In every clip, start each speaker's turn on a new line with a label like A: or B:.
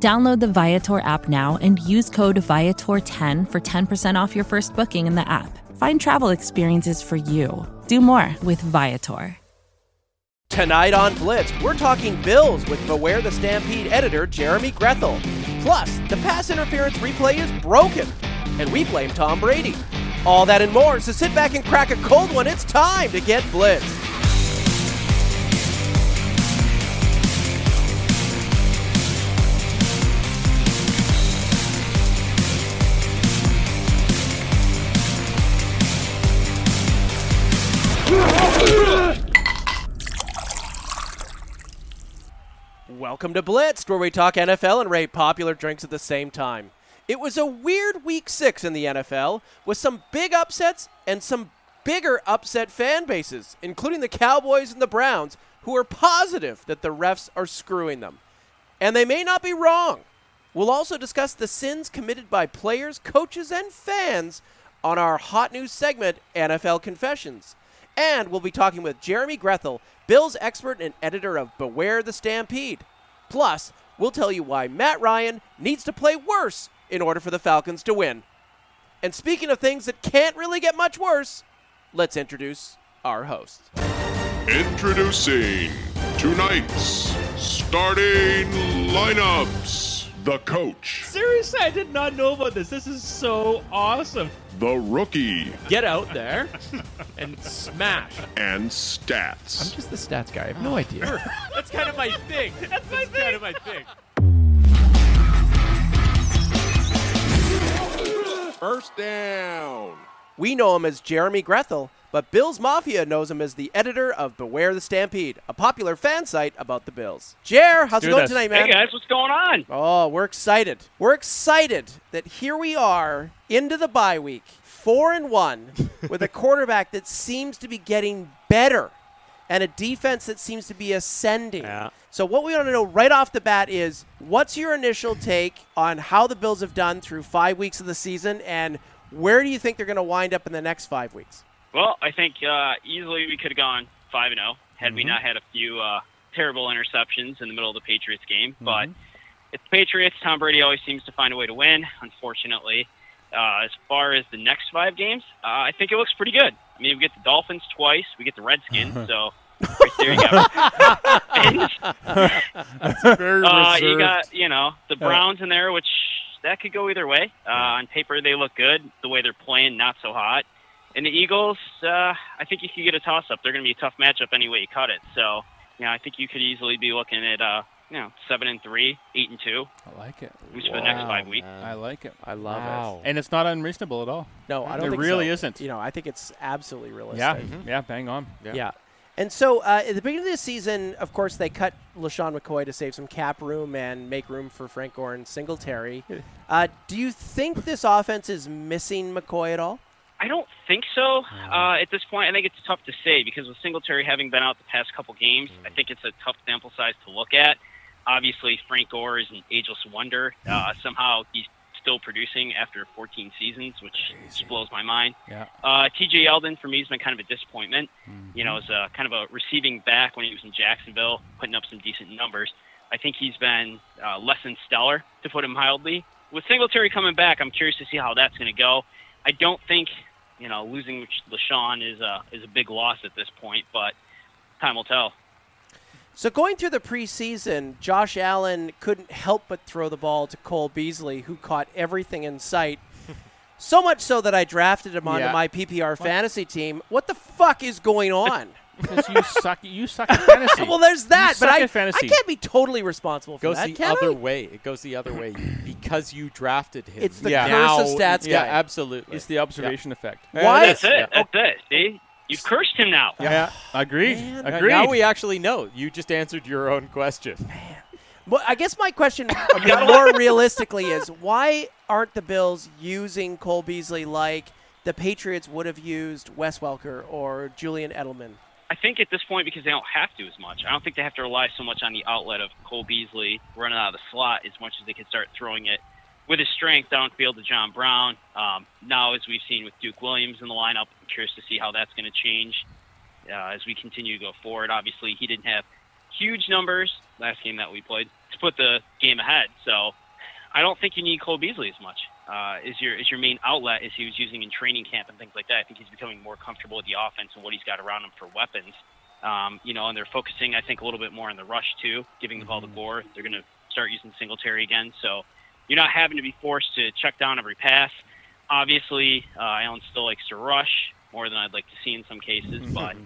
A: Download the Viator app now and use code Viator10 for 10% off your first booking in the app. Find travel experiences for you. Do more with Viator.
B: Tonight on Blitz, we're talking Bills with Beware the Stampede editor Jeremy Grethel. Plus, the pass interference replay is broken, and we blame Tom Brady. All that and more, so sit back and crack a cold one. It's time to get Blitz. Welcome to Blitzed, where we talk NFL and rate popular drinks at the same time. It was a weird week six in the NFL, with some big upsets and some bigger upset fan bases, including the Cowboys and the Browns, who are positive that the refs are screwing them. And they may not be wrong. We'll also discuss the sins committed by players, coaches, and fans on our hot news segment, NFL Confessions. And we'll be talking with Jeremy Grethel, Bill's expert and editor of Beware the Stampede. Plus, we'll tell you why Matt Ryan needs to play worse in order for the Falcons to win. And speaking of things that can't really get much worse, let's introduce our host.
C: Introducing tonight's starting lineups. The coach,
D: Seriously, I did not know about this. This is so awesome.
C: the rookie,
D: Get out there and smash.
C: and stats.
E: Just the stats guy. I have no idea.
D: That's kind of my thing. That's my thing. kind of my thing.
C: First down.
B: We know him as Jeremy Grethel, but Bills Mafia knows him as the editor of Beware the Stampede, a popular fan site about the Bills. Jer, how's it
D: do
B: going
D: this.
B: tonight, man?
F: Hey guys, what's going on?
B: Oh, we're excited. We're excited that here we are into the bye week, four and one, with a quarterback that seems to be getting better and a defense that seems to be ascending.
D: Yeah.
B: So, what we want to know right off the bat is what's your initial take on how the Bills have done through five weeks of the season and where do you think they're going to wind up in the next five weeks?
F: Well, I think uh, easily we could have gone five and zero had we not had a few uh, terrible interceptions in the middle of the Patriots game. But it's the Patriots. Tom Brady always seems to find a way to win. Unfortunately, uh, as far as the next five games, uh, I think it looks pretty good. I mean, we get the Dolphins twice, we get the Redskins, so. Right there you go. And,
E: Very
F: uh, you got you know the Browns in there, which that could go either way. Uh, on paper, they look good. The way they're playing, not so hot. And the Eagles, uh, I think you could get a toss-up. They're going to be a tough matchup any way you cut it. So, you know, I think you could easily be looking at uh, you know seven and three, eight and two,
E: I like it.
F: at least for the next five weeks.
E: I like it. I
D: love it. Wow.
E: And it's not unreasonable at all.
B: No, I don't
E: It
B: think
E: really
B: so.
E: isn't.
B: You know, I think it's absolutely realistic.
E: Yeah.
D: Mm-hmm.
E: Mm-hmm. Yeah. Bang on.
B: Yeah. And so uh, at the beginning of the season, of course, they cut LaShawn McCoy to save some cap room and make room for Frank Gore and Singletary. Uh, do you think this offense is missing McCoy at all?
F: I don't think so. Uh, at this point, I think it's tough to say because with Singletary having been out the past couple games, I think it's a tough sample size to look at. Obviously, Frank Gore is an ageless wonder. Uh, somehow, he's still producing after 14 seasons, which just blows my mind.
E: Yeah.
F: Uh, TJ Eldon for me has been kind of a disappointment. You know, as a, kind of a receiving back when he was in Jacksonville, putting up some decent numbers. I think he's been uh, less than stellar, to put it mildly. With Singletary coming back, I'm curious to see how that's going to go. I don't think you know losing LaShawn is a is a big loss at this point, but time will tell.
B: So going through the preseason, Josh Allen couldn't help but throw the ball to Cole Beasley, who caught everything in sight. so much so that I drafted him onto
E: Yeah.
B: my PPR fantasy team. What the fuck is going on?
E: Because you suck. You suck at fantasy.
B: well, there's that,
E: You
B: but
E: suck
B: I,
E: at fantasy.
B: I can't be totally responsible for
G: goes
B: that.
G: the
B: can
G: other
B: I?
G: way. It goes the other way because you drafted him.
B: It's the
G: yeah.
B: curse of stats
G: Yeah,
B: guy.
G: absolutely.
E: It's the observation effect.
B: Why-
F: That's it. Oh,
G: Yeah.
F: That's it. See, you've cursed him now.
E: Yeah. Agreed.
B: Man.
G: Yeah,
E: Agreed.
G: Uh, Now we actually know. You just answered your own question.
B: Well, I guess my question, I mean, more realistically, is why aren't the Bills using Cole Beasley like the Patriots would have used Wes Welker or Julian Edelman?
F: I think at this point, because they don't have to as much, I don't think they have to rely so much on the outlet of Cole Beasley running out of the slot as much as they can start throwing it with his strength downfield to John Brown. Um, now, as we've seen with Duke Williams in the lineup, I'm curious to see how that's going to change uh, as we continue to go forward. Obviously, he didn't have huge numbers last game that we played to put the game ahead. So I don't think you need Cole Beasley as much. Uh, is your is your main outlet as he was using in training camp and things like that. I think he's becoming more comfortable with the offense and what he's got around him for weapons. Um, you know, and they're focusing I think a little bit more on the rush too, giving the ball to Gore. They're going to start using Singletary again, so you're not having to be forced to check down every pass. Obviously, uh, Allen still likes to rush more than I'd like to see in some cases, but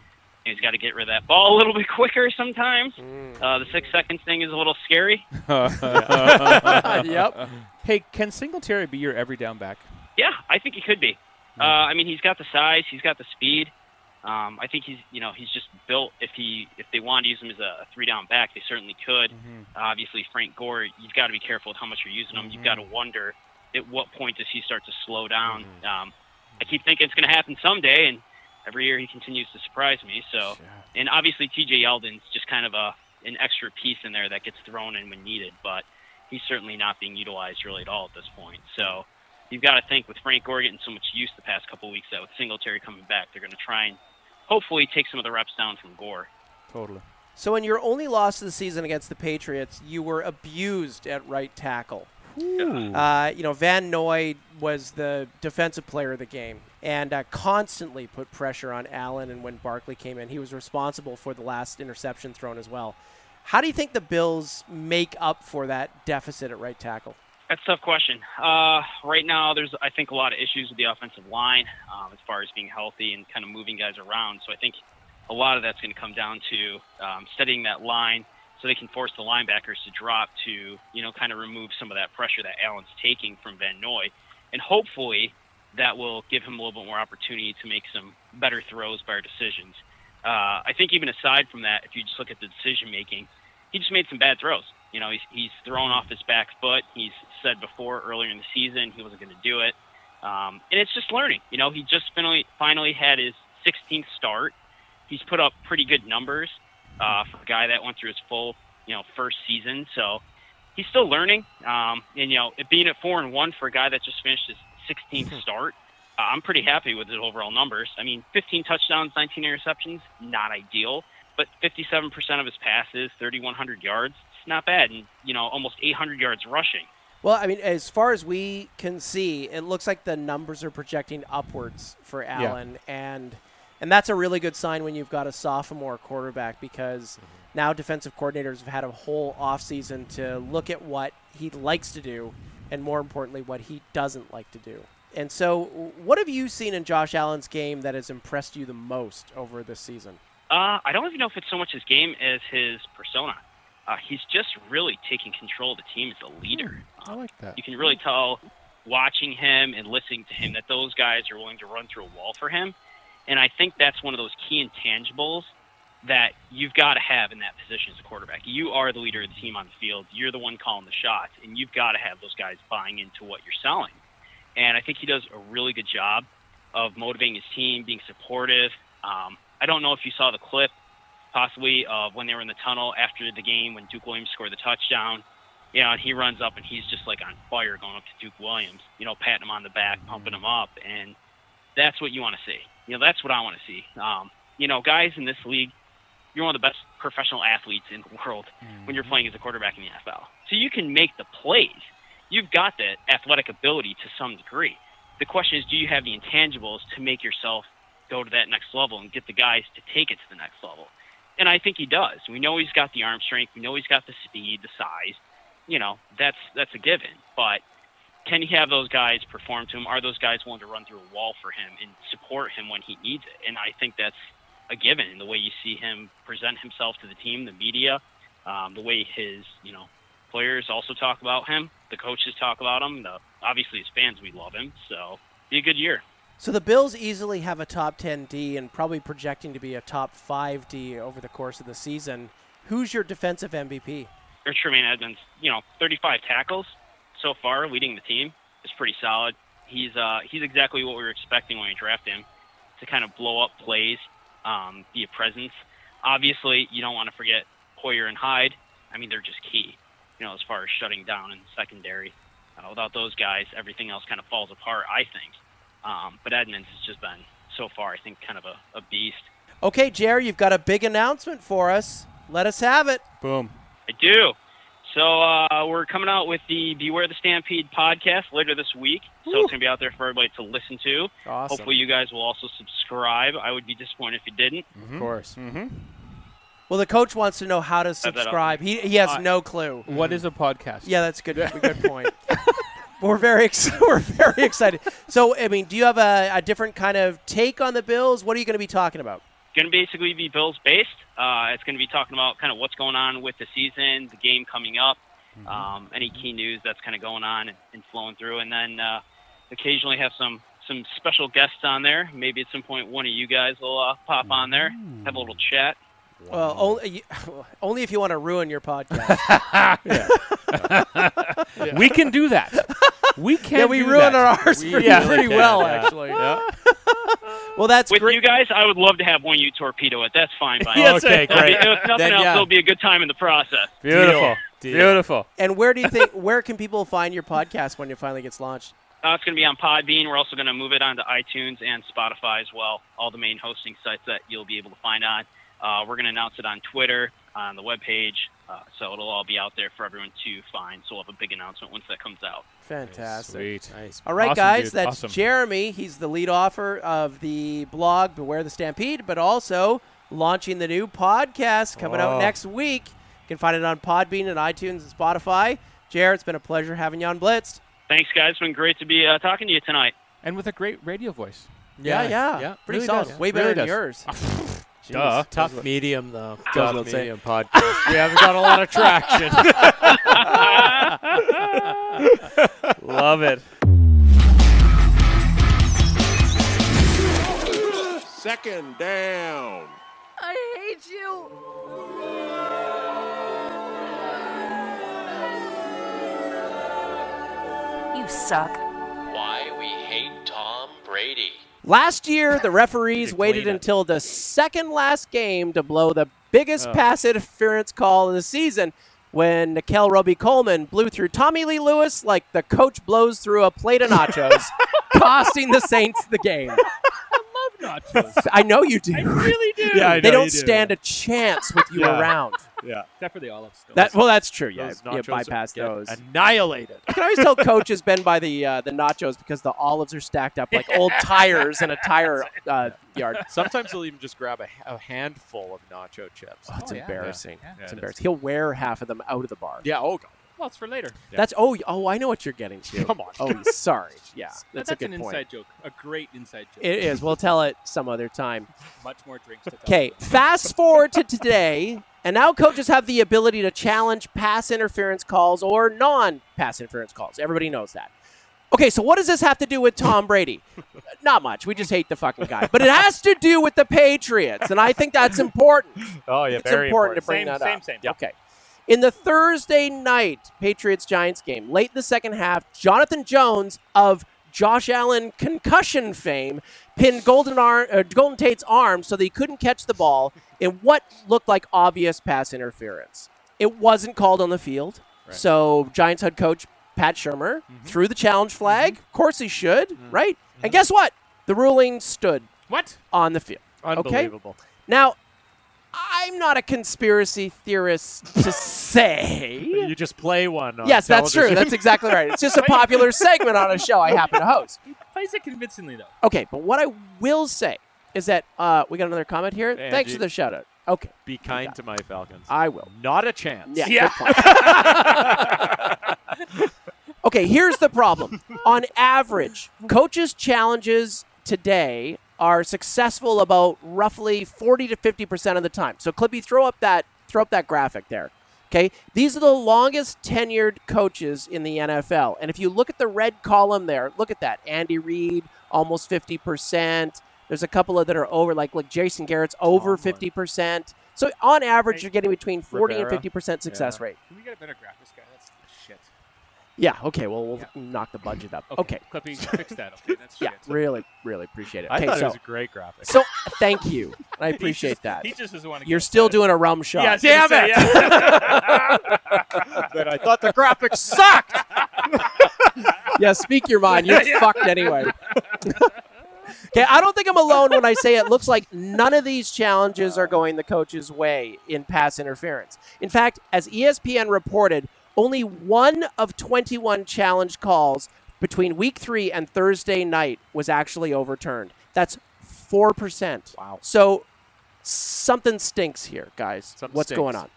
F: he's got to get rid of that ball a little bit quicker sometimes. Uh, the six seconds thing is a little scary.
E: yep. Hey, can Singletary be your every down back?
F: Yeah, I think he could be. Uh, I mean, he's got the size, he's got the speed. Um, I think he's, you know, he's just built. If he, if they wanted to use him as a three-down back, they certainly could. Obviously, Frank Gore, you've got to be careful with how much you're using him. You've got to wonder at what point does he start to slow down. Um, I keep thinking it's going to happen someday, and every year he continues to surprise me. So, and obviously T.J. Yeldon's just kind of a an extra piece in there that gets thrown in when needed, but he's certainly not being utilized really at all at this point. So you've got to think with Frank Gore getting so much use the past couple weeks that with Singletary coming back, they're going to try and hopefully take some of the reps down from Gore.
E: Totally.
B: So in your only loss of the season against the Patriots, you were abused at right tackle. Uh, you know, Van Noy was the defensive player of the game and uh, constantly put pressure on Allen. And when Barkley came in, he was responsible for the last interception thrown as well. How do you think the Bills make up for that deficit at right tackle?
F: That's a tough question. Uh, right now, there's I think a lot of issues with the offensive line um, as far as being healthy and kind of moving guys around. So I think a lot of that's going to come down to um, studying that line so they can force the linebackers to drop to you know kind of remove some of that pressure that Allen's taking from Van Noy, and hopefully that will give him a little bit more opportunity to make some better throws, better decisions. Uh, I think even aside from that, if you just look at the decision making, he just made some bad throws. You know, he's, he's thrown off his back foot. He's said before earlier in the season he wasn't going to do it. Um, and it's just learning. You know, he just finally, finally had his 16th start. He's put up pretty good numbers uh, for a guy that went through his full, you know, first season. So he's still learning. Um, and, you know, it being at 4 and 1 for a guy that just finished his 16th start, uh, I'm pretty happy with his overall numbers. I mean, 15 touchdowns, 19 interceptions, not ideal but 57% of his passes, 3,100 yards, it's not bad, and you know almost 800 yards rushing.
B: Well, I mean, as far as we can see, it looks like the numbers are projecting upwards for Allen, and and that's a really good sign when you've got a sophomore quarterback because now defensive coordinators have had a whole offseason to look at what he likes to do, and more importantly, what he doesn't like to do. And so, what have you seen in Josh Allen's game that has impressed you the most over this season?
F: Uh, I don't even know if it's so much his game as his persona. Uh, he's just really taking control of the team as a leader. Hmm, I like that. You can really tell watching him and listening to him that those guys are willing to run through a wall for him. And I think that's one of those key intangibles that you've got to have in that position as a quarterback. You are the leader of the team on the field. You're the one calling the shots, and you've got to have those guys buying into what you're selling. And I think he does a really good job of motivating his team, being supportive. Um, I don't know if you saw the clip, possibly of when they were in the tunnel after the game when Duke Williams scored the touchdown. You know, and he runs up and he's just like on fire going up to Duke Williams. You know, patting him on the back, pumping him up, and that's what you want to see. You know, that's what I want to see. Um, you know, guys in this league, you're one of the best professional athletes in the world when you're playing as a quarterback in the NFL. So you can make the plays. You've got the athletic ability to some degree. The question is, do you have the intangibles to make yourself go to that next level and get the guys to take it to the next level? And I think he does. We know he's got the arm strength. We know he's got the speed, the size. You know, that's that's a given. But can he have those guys perform to him? Are those guys willing to run through a wall for him and support him when he needs it? And I think that's a given in the way you see him present himself to the team, the media, um, the way his you know players also talk about him, the coaches talk about him, the obviously his fans we love him. So be a good year.
B: So the Bills easily have a top 10 D and probably projecting to be a top 5 D over the course of the season. Who's your defensive MVP?
F: or Tremaine Edmonds, you know, 35 tackles so far leading the team. is pretty solid. He's uh, he's exactly what we were expecting when we drafted him to kind of blow up plays, um, be a presence. Obviously, you don't want to forget Hoyer and Hyde. I mean, they're just key, you know, as far as shutting down in the secondary. Uh, without those guys, everything else kind of falls apart, I think. Um, but Edmonds has just been, so far, I think, kind of a, a beast.
B: Okay, Jerry, you've got a big announcement for us. Let us have it.
E: Boom.
F: I do. So uh, we're coming out with the Beware the Stampede podcast later this week. So it's going to be out there for everybody to listen to.
E: Awesome.
F: Hopefully, you guys will also subscribe. I would be disappointed if you didn't.
E: Of course. Mm-hmm.
B: Well, the coach wants to know how to
F: that up.
B: subscribe. He, he has no clue.
E: What is a podcast?
B: Yeah, that's good. a good point. we're very ex- we're very excited. So, I mean, do you have a, a different kind of take on the Bills? What are you going to be talking about?
F: Going to basically be Bills based. Uh, it's going to be talking about kind of what's going on with the season, the game coming up, um, any key news that's kind of going on and, and flowing through, and then uh, occasionally have some some special guests on there. Maybe at some point one of you guys will uh, pop on there, have a little chat.
B: Well, only, only if you want to ruin your podcast.
E: We can do that. We can.
B: yeah, we
E: do
B: ruin
E: that.
B: ours
E: We
B: pretty,
E: really
B: pretty
E: can,
B: well,
E: yeah.
B: actually. Well, that's
F: With
B: great.
F: you guys, I would love to have one you torpedo it. That's fine by me.
E: okay,
F: It'll be-
E: great.
F: if nothing
G: Then,
F: else,
G: yeah.
F: it'll be a good time in the process.
E: Beautiful.
G: Deal.
E: Beautiful.
B: And where do you think? Where can people find your podcast when it finally gets launched?
F: Uh, it's going to be on Podbean. We're also going to move it onto iTunes and Spotify as well, all the main hosting sites that you'll be able to find on. Uh, we're going to announce it on Twitter, on the webpage, uh, so it'll all be out there for everyone to find. So we'll have a big announcement once that comes out.
B: Fantastic.
E: Sweet.
B: All right,
E: Awesome,
B: guys,
E: dude.
B: that's
E: Awesome.
B: Jeremy. He's the lead author of the blog Beware the Stampede, but also launching the new podcast coming out
E: Wow.
B: next week. You can find it on Podbean and iTunes and Spotify. Jer, it's been a pleasure having you on Blitzed.
F: Thanks, guys. It's been great to be uh, talking to you tonight.
E: And with a great radio voice.
B: Yeah, yeah.
G: yeah.
B: Pretty
E: Really
B: solid.
E: does.
B: Way better
E: Really
B: than
E: does.
B: yours. Jeez.
E: Duh.
G: Tough medium, though.
E: Goes
G: Tough
E: without saying.
G: medium podcast. we haven't got a lot of traction.
E: Love it.
C: Second down.
H: You suck.
I: Why we hate Tom Brady.
B: Last year, the referees waited until the second last game to blow the biggest pass interference call of the season when Nikel Roby Coleman blew through Tommy Lee Lewis like the coach blows through a plate of nachos, costing the Saints the game.
D: Nachos.
B: I know you do.
D: really do.
E: Yeah, I
B: they
E: know
B: don't
E: you do,
B: stand a chance with you
E: Yeah.
B: around.
E: Yeah.
D: Except for the olives.
B: That well, that's true. Yeah,
E: Those
B: yeah
E: nachos
B: bypass
E: get
B: those.
E: Annihilated.
B: I can always tell Coach has been by the uh, the nachos because the olives are stacked up like old tires in a tire uh, yard.
G: Sometimes they'll even just grab a, a handful of nacho chips.
B: Oh, it's
D: yeah.
B: embarrassing.
D: Yeah.
B: It's
E: Yeah, it
B: embarrassing. He'll wear half of them out of the bar.
G: Yeah, oh, God.
D: well, it's for later.
B: That's oh y- oh I know what you're getting to.
E: Come on.
B: Oh, sorry. Yeah, that's,
D: That's,
B: a good
D: an
B: point.
D: inside joke. A great inside joke.
B: It is. We'll tell it some other time.
D: Much more drinks to come.
B: Okay, fast forward to today, and now coaches have the ability to challenge pass interference calls or non-pass interference calls. Everybody knows that. Okay, so what does this have to do with Tom Brady? Not much. We just hate the fucking guy. But it has to do with the Patriots, and I think that's important.
E: Oh, yeah.
B: it's important, to bring
E: same,
B: that
E: same,
B: up.
E: Same, yeah.
B: Okay. In the Thursday night Patriots Giants game, late in the second half, Jonathan Jones of Josh Allen concussion fame pinned Golden, arm, uh, Golden Tate's arm so that he couldn't catch the ball in what looked like obvious pass interference. It wasn't called on the field, so Giants head coach Pat Shermer threw the challenge flag. Of course he should, right? And guess what? The ruling stood
E: What?
B: on the field. Okay?
E: Unbelievable.
B: Now, I'm not a conspiracy theorist to say.
E: You just play one. On
B: Yes, that's true.
E: television.
B: That's exactly right. It's just a popular segment on a show I happen to host.
D: He plays it convincingly, though.
B: Okay, but what I will say is that uh, we got another comment here.
E: Angie.
B: Thanks for the shout out. Okay,
E: Be kind to my Falcons.
B: I will.
E: Not a chance.
B: Yeah. good point. okay, here's the problem. On average, coaches' challenges today are successful about roughly 40 to 50% of the time. So Clippy, throw up that throw up that graphic there. Okay? These are the longest tenured coaches in the NFL. And if you look at the red column there, look at that. Andy Reid almost 50%. There's a couple of that are over like like Jason Garrett's over 50%. So on average you're getting between 40 and
E: Rivera.
B: 50% success rate.
D: Can we get a better graphics guy? That's shit.
B: Yeah. Okay. Well, we'll knock the budget up. Okay.
D: Clippy, fix that. Okay, that's
B: Yeah.
D: shit.
B: Really, really appreciate it.
E: I
B: Okay.
E: thought
B: so,
E: it was a great graphic.
B: so thank you. I appreciate that.
D: He just doesn't want to.
B: You're still doing a rum shot.
D: Yeah, damn it!
E: but I thought the graphic
B: sucked. yeah, speak your mind. You're fucked anyway. okay, I don't think I'm alone when I say it looks like none of these challenges are going the coach's way in pass interference. In fact, as E ESPN reported, only one of 21 challenge calls between week three and Thursday night was actually overturned. That's 4%. Wow. So something stinks here, guys.
E: Something
B: What's
E: stinks.
B: going on?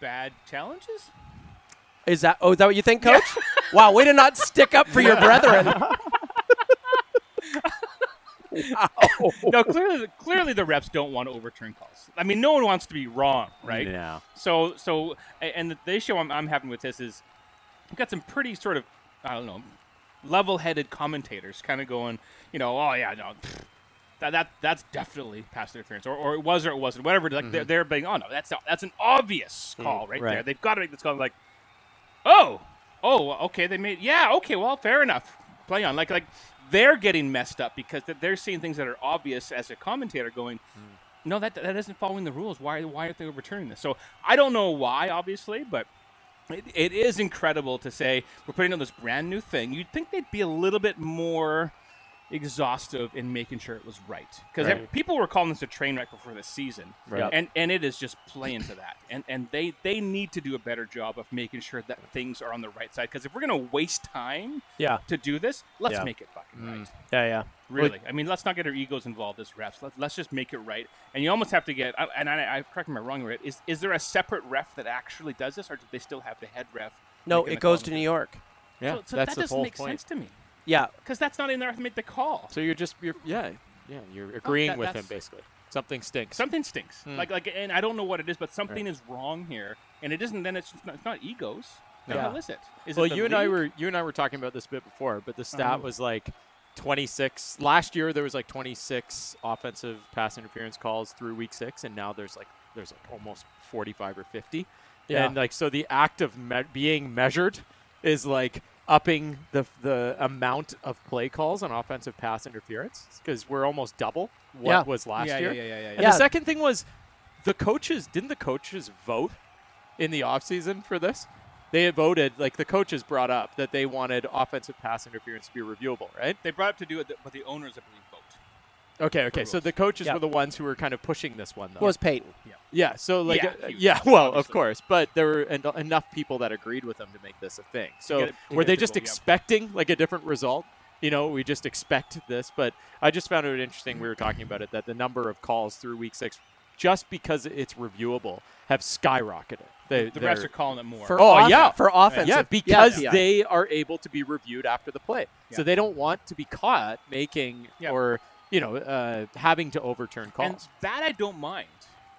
D: Bad challenges?
B: Is that oh is that what you think, coach? wow, way to not stick up for your brethren. wow.
D: No, clearly, clearly the refs don't want to overturn calls. I mean, no one wants to be wrong, right?
E: Yeah.
D: So, so, a- and the issue I'm, I'm having with this is, we've got some pretty sort of, I don't know, level-headed commentators kind of going, you know, oh yeah, no, pfft, that, that that's definitely pass interference, or, or it was or it wasn't, whatever. Like they're, they're being, oh no, that's not, that's an obvious call right,
E: right.
D: there. They've got to make this call. Like, oh, oh, okay, they made, yeah, okay, well, fair enough. Play on, like, like they're getting messed up because th- they're seeing things that are obvious as a commentator going. No, that that isn't following the rules. Why why aren't they overturning this? So I don't know why, obviously, but it, it is incredible to say we're putting on this brand new thing. You'd think they'd be a little bit more exhaustive in making sure it was right because
E: Right.
D: people were calling this a train wreck before the season,
E: Right.
D: and and it is just playing to that. And and they they need to do a better job of making sure that things are on the right side because if we're gonna waste time
E: Yeah.
D: to do this, let's
E: Yeah. Mm.
D: make it fucking right.
E: Yeah, yeah.
D: Really, I mean, let's not get our egos involved as refs. Let's, let's just make it right. And you almost have to get. I- And I, I correct me if I'm wrong. Right? Is is there a separate ref that actually does this, or do they still have the head ref?
B: No,
D: making
B: it
D: the
B: goes
D: call?
B: to New York.
E: Yeah,
D: So, so
E: that's
D: that
E: the
D: doesn't
E: whole
D: make
E: point.
D: sense to me
B: Yeah.
D: because that's not in there to make the call.
E: So you're just you're yeah yeah you're agreeing
D: Oh, that-
E: with him
D: that's-
E: basically. Something stinks.
D: Something stinks.
E: Hmm.
D: Like like, and I don't know what it is, but something is wrong here, and it isn't. Then it's just not, it's not egos. Then
E: Yeah.
D: What is it? Is
E: well,
D: it the
E: you and I
D: league?
E: were you and I were talking about this bit before, but the stat
D: Mhm.
E: was like 26. Last year there was like 26 offensive pass interference calls through week six, and now there's like there's like almost 45 or 50.
B: Yeah.
E: And like so, the act of me- being measured is like upping the the amount of play calls on offensive pass interference because we're almost double what
B: Yeah.
E: was last
D: Yeah,
E: year.
D: yeah, yeah, yeah, yeah.
E: And
B: Yeah.
E: the second thing was the coaches didn't the coaches vote in the offseason for this? They had voted, like the coaches brought up that they wanted offensive pass interference to be reviewable, right?
D: They brought up to do it, but the owners, I believe, vote.
E: Okay, okay. So
D: rules.
E: the coaches
B: Yeah.
E: were the ones who were kind of pushing this one, though.
B: It was Peyton.
E: yeah, so like,
D: Yeah,
E: uh,
D: huge,
E: yeah, well, of
D: obviously.
E: course, but there were en- enough people that agreed with them to make this a thing. So
D: get it- to
E: were
D: get
E: they
D: it
E: just
D: legal, yeah.
E: expecting like a different result? You know, we just expect this, but I just found it interesting. We were talking about it that the number of calls through week six, just because it's reviewable, have skyrocketed. They,
D: The
E: they're-
D: refs are calling it more.
B: For
E: Oh,
B: offen-
E: yeah.
B: For offensive.
E: yeah, because
B: yeah.
E: they are able to be reviewed after the play. So
D: Yeah.
E: they don't want to be caught making
D: Yeah.
E: or you know uh, having to overturn calls.
D: And that I don't mind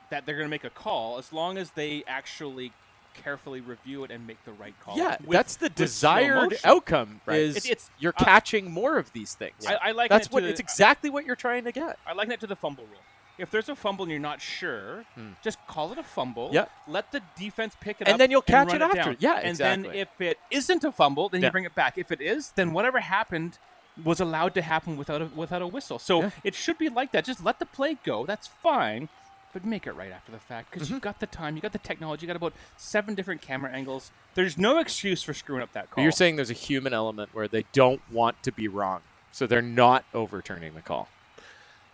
D: that they're going to make a call as long as they actually carefully review it and make the right call.
E: Yeah,
D: With-
E: that's the
D: with slow
E: desired
D: motion.
E: outcome.
D: Right.
E: Is
D: It's- it's-
E: you're
D: uh,
E: catching more of these things.
D: I, I like
E: that's
D: it
E: what
D: to
E: it's
D: the,
E: exactly what you're trying to get.
D: I like that to the fumble rule. If there's a fumble and you're not sure,
E: Hmm.
D: just call it a fumble.
E: Yep.
D: Let the defense pick it
E: And
D: up.
E: then you'll catch
D: run
E: it after.
D: down.
E: Yeah,
D: And then
E: exactly.
D: if it isn't a fumble, then
E: Yeah. Hmm.
D: you bring it back. If it is, then whatever happened was allowed to happen without a, without a whistle. So
E: Yeah.
D: it should be like that. Just let the play go. That's fine. But make it right after the fact because
E: Mm-hmm.
D: you've got the time, you've got the technology, you've got about seven different camera angles. There's no excuse for screwing up that call.
E: You're saying there's a human element where they don't want to be wrong, so they're not overturning the call.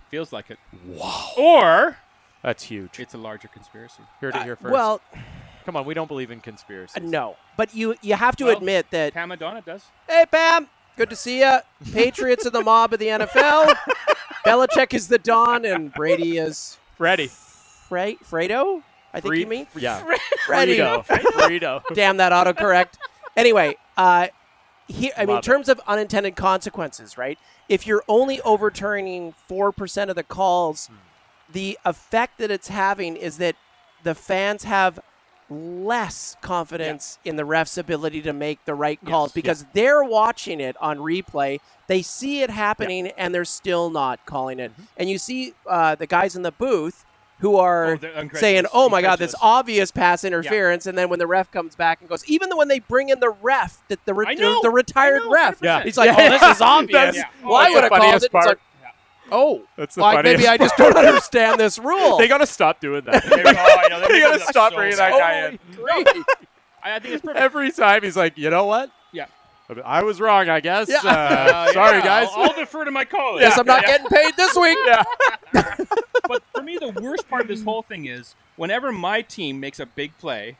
D: Feels like it. Wow. Or
E: That's huge.
D: it's a larger conspiracy.
E: Heard it here first.
B: Uh, Well, uh,
E: come on, we don't believe in conspiracies.
B: no. But you you have to
D: Well,
B: admit that
D: Pam Madonna does.
B: Hey Pam, good to see you. Patriots are the mob of the NFL. Belichick is the Don and Brady is
E: Freddy.
B: Fre- Fredo? I think
E: Fre-
B: you mean
E: Yeah.
B: Freddy.
E: Fredo. Fredo.
B: Damn that autocorrect. anyway, uh, he, I mean, in
E: Love it.
B: terms of unintended consequences, right? If you're only overturning 4% of the
E: Hmm.
B: calls, the effect that it's having is that the fans have less confidence in the ref's ability to make the right calls because they're watching it on replay. They
E: Mm-hmm.
B: see it happening and they're still not calling it. And you see uh, the guys in the booth who
E: Oh,
B: are
D: they're uncredulous.
B: saying, "Oh my God, this
D: Incredulous.
B: obvious pass interference," and then when the ref comes back and goes, even when they bring in the ref, that the, re-
D: I know,
B: the retired
D: I know,
B: ref,
D: 100%.
B: he's like, "Oh, this is obvious."
D: Yeah.
B: Well, I
D: That's
B: would have
E: the
B: called it.
E: funniest
B: It's like,
E: part.
B: oh,
E: That's the
B: like
E: funniest
B: maybe I just don't understand this rule.
E: They got to stop doing
D: They-
E: that.
D: oh, I know, that
E: they got
D: becomes
E: to
D: a
E: stop
D: soul
E: bringing
D: suck.
E: that guy in.
D: I I think it's perfect.
E: Every time he's like, you know what?
D: Yeah.
E: I was wrong, I guess.
B: Yeah.
E: Uh,
D: Uh,
E: sorry,
D: yeah,
E: guys.
D: I'll, I'll defer to my colleagues.
B: Guess I'm not getting paid this week.
D: but for me, the worst part of this whole thing is whenever my team makes a big play,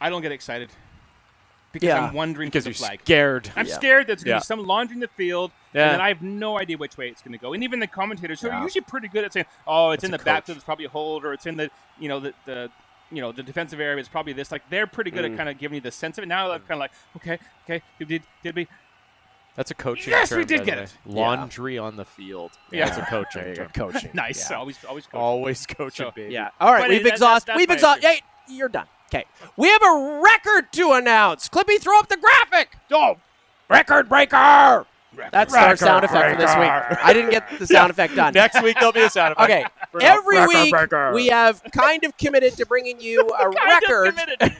D: I don't get excited because
B: Yeah.
D: I'm wondering
E: because
D: for
E: you're
D: the flag.
E: scared.
D: I'm
B: Yeah.
D: scared that it's going
E: Yeah.
D: to be some laundry in the field,
E: Yeah.
D: and then I have no idea which way it's going to go. And even the commentators, who are usually pretty good at saying, "Oh, it's in the backfield, it's probably a hold," or "It's in the you know the, the you know the defensive area, it's probably this." Like they're pretty good at kind of giving you the sense of it. Now I'm kind of like, "Okay, okay, did did, did we?"
E: That's a coaching
D: Yes,
E: term.
D: we did
E: by the
D: get
E: way.
D: it.
E: Laundry on the field.
D: Yeah.
E: That's a coaching term.
B: Coaching.
D: Nice, always always. Coach.
E: Always coaching,
D: So-
E: baby.
B: Yeah. All right.
D: But
B: we've
D: that-
B: exhausted.
D: that's-
B: we've
D: that's my
B: exhausted. Hey, you're done. Okay. We have a record to announce. Clippy, throw up the graphic. Oh, record breaker. That's our sound effect for this week. I didn't get the sound effect done.
E: Next week there'll be a sound effect.
B: Okay. Every week we have kind of committed to bringing you a
D: Kind of
B: record.
D: committed.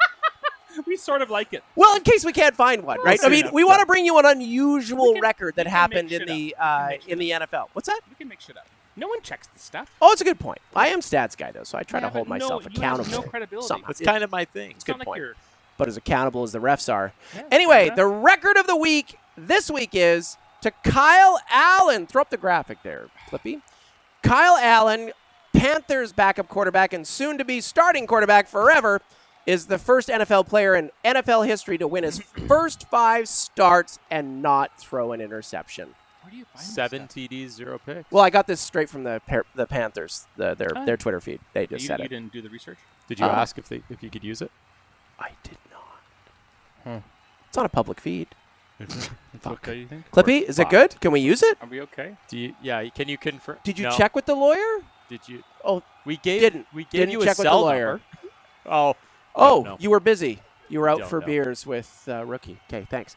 D: we sort of like it.
B: Well, in case we can't find one, right? I
D: soon
B: mean,
D: enough,
B: we want to bring you an unusual
D: We can-
B: record that
D: we can
B: happened
D: mix
B: in
D: it
B: the
D: up. We can
B: uh,
D: mix it
B: in the NFL. What's that?
D: We can make shit up. No one checks the stuff.
B: Oh, it's a good point. I am stats guy though, so I try
D: Yeah,
B: to hold
D: but no-
B: myself
D: you have
B: accountable.
D: no credibility.
B: somehow.
E: It's kind of my thing.
D: It's
B: good
D: not like
B: point.
D: you're-
B: but as accountable as the refs are.
D: Yeah, fair
B: Anyway,
D: enough.
B: the record of the week this week is to Kyle Allen. Throw up the graphic there, Flippy. Kyle Allen, Panthers backup quarterback and soon to be starting quarterback forever, is the first NFL player in NFL history to win his first five starts and not throw an interception.
D: Where do you find this
E: Seven
D: stuff?
E: TDs, zero picks.
B: Well, I got this straight from the Par- the Panthers, the, their
D: Oh.
B: their Twitter feed. They just
D: you,
B: said
D: you
B: it.
D: didn't do the research.
E: Did you
B: Uh,
E: ask if they, if you could use it?
B: I did not.
D: Hmm.
B: It's on a public feed.
D: It's okay, you think?
B: Clippy, is it
E: fuck.
B: good? Can we use it?
D: Are we okay?
E: Do you, yeah, can you confirm?
B: Did you
E: No.
B: check with the lawyer?
E: Did you?
B: Oh,
E: we gave
B: didn't.
E: we gave
B: Didn't
E: you
B: check
E: a
B: with the
E: cell
B: lawyer.
E: number. Oh,
B: Oh,
E: Don't know.
B: you were busy. You were out
E: Don't
B: for
E: know.
B: beers with uh, Rookie. Okay, thanks.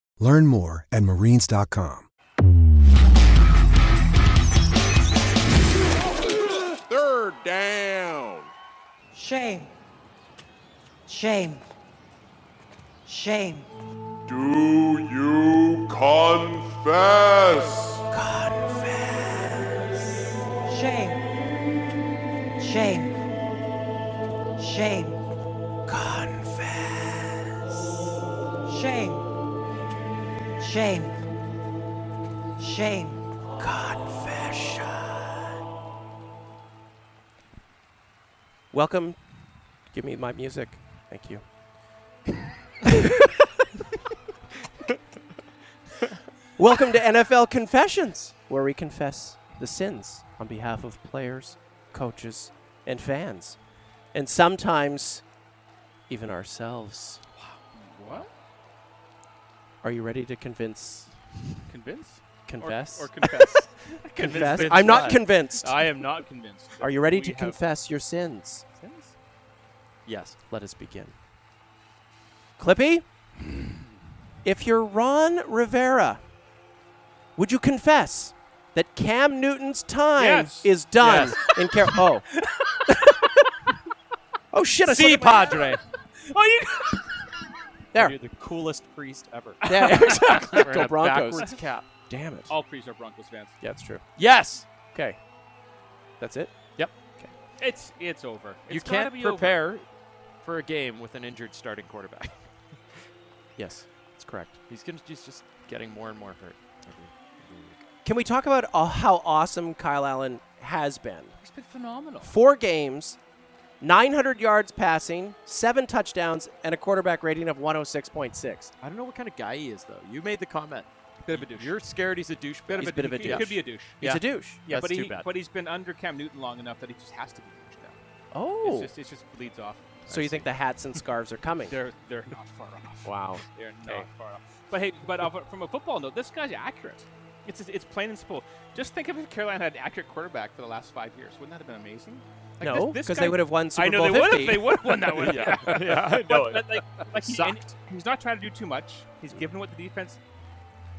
H: Learn more at marines.com.
C: Third down.
J: Shame. Shame. Shame.
C: Do you confess?
J: Shame. Shame. Shame. Confess. Shame. Shame. Shame.
B: Welcome. Give me my music. Thank you. Welcome to NFL Confessions, where we confess the sins on behalf of players, coaches, and fans, and sometimes even ourselves.
D: What?
B: Are you ready to convince?
D: Convince?
B: Confess?
D: Or, or confess.
B: confess?
D: Vince
B: I'm not
D: what?
B: convinced.
D: I am not convinced. that
B: Are you ready
D: we
B: to
D: have
B: confess your sins?
D: sins.
B: Yes, let us begin. Clippy, if you're Ron Rivera, would you confess that Cam Newton's time
D: Yes.
B: is done in Car- Oh. oh shit! I
E: see,
B: slipped my-
E: Padre.
B: Oh, you. There.
E: You're the coolest priest ever.
B: Yeah, exactly.
E: Wearing
B: Go
E: a
B: Broncos.
E: backwards cap.
B: Damn it.
D: All priests are Broncos fans.
B: Yeah, it's true.
E: Yes,
B: Okay, that's it.
D: It's it's over. It's
E: you
D: gotta
E: can't
D: be
E: prepare for a game with an injured starting quarterback.
B: Yes, that's correct.
E: He's gonna he's just getting more and more hurt.
B: Can we talk about uh, how awesome Kyle Allen has been?
D: Over. It's been phenomenal.
B: four games, 900 yards passing, seven touchdowns, and a quarterback rating of 106.6.
E: I don't know what kind of guy he is though. You made the comment.
D: Bit of a douche.
E: You're scared he's a douche.
D: bit of
E: he's
D: a,
B: bit of a
D: he
B: douche.
D: Could be a douche.
E: Yeah.
B: He's a douche.
D: Yeah,
E: That's
D: but
E: too
D: he
E: bad.
D: but he's been under Cam Newton long enough that he just has to be a douche now.
B: Oh.
D: It's just, it just bleeds off.
B: So you think the hats and scarves are coming?
D: They're they're not far off.
B: Wow.
D: They're not far off. But hey, but uh, from a football note, this guy's accurate. It's just- it's plain and simple. Just think of if Carolina had an accurate quarterback for the last five years. Wouldn't that have been amazing? Like
B: No,
D: this- this
B: 'cause they
D: guy-
B: would have won
D: I
B: Super
D: know
B: Bowl
D: they would
B: 50.
D: have. They would have won that one.
B: Yeah. Yeah, I know
D: But,
B: it.
D: but like, like he, and he's not trying to do too much. He's giving what the defense.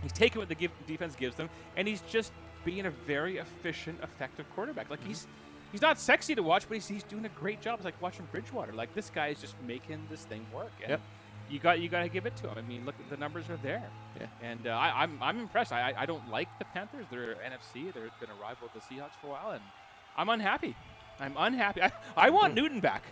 D: He's taking what the give, defense gives them, and he's just being a very efficient, effective quarterback. Like he's he's not sexy to watch, but he's, he's doing a great job. It's like watching Bridgewater. Like this guy is just making this thing work. And
E: Yep.
D: You got you got to give it to him. I mean, look, the numbers are there.
E: Yeah.
D: And uh, I, I'm I'm impressed. I, I I don't like the Panthers. They're NFC. They've been a rival of the Seahawks for a while, and I'm unhappy. I'm unhappy. I, I want Newton back.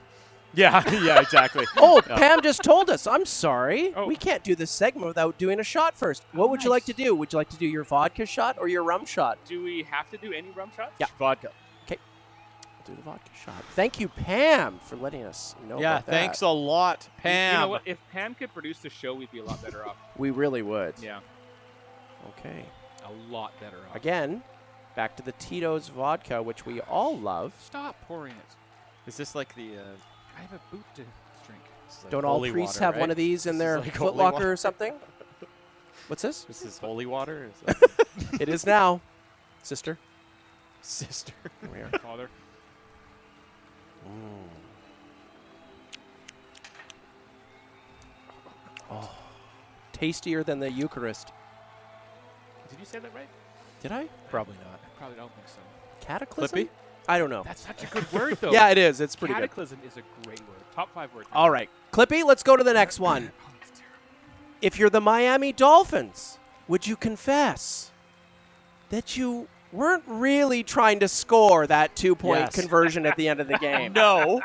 E: Yeah, yeah, exactly.
B: Oh,
E: Yeah.
B: Pam just told us. I'm sorry.
D: Oh.
B: We can't do this segment without doing a shot first. What would you like to do? Would you like to do your vodka shot or your rum shot?
D: Do we have to do any rum shots?
B: Yeah.
E: vodka.
B: I'll do the vodka shot. Thank you, Pam, for letting us know.
E: Yeah,
B: about that.
E: thanks a lot,
D: You-
E: Pam.
D: You know what? If Pam could produce the show, we'd be a lot better off.
B: We really would.
D: yeah,
B: Okay.
D: a lot better off.
B: Again, back to the Tito's vodka, which we all love.
D: Stop pouring it.
E: Is this like the? Uh,
D: I have a boot to drink.
E: this is like
B: Don't all
E: holy
B: priests
E: water,
B: have
E: right?
B: one of these in
E: This
B: their
E: is like
B: Foot
E: holy wa-
B: Locker or something? What's this?
E: This is holy water. Is that
B: it is now, sister.
E: sister.
D: Father.
B: Tastier than the Eucharist.
D: Did you say that right?
B: Did I?
E: Probably not.
D: I probably don't think so.
B: Cataclysm?
E: Clippy?
B: I don't know.
D: That's such a good word, though.
B: yeah, it is. It's pretty good.
D: Cataclysm is a great word. Top five word.
B: All right, Clippy, let's go to the next one.
E: Oh,
B: If you're the Miami Dolphins, would you confess that you weren't really trying to score that two point
E: Yes.
B: conversion at the end of the game?
E: No,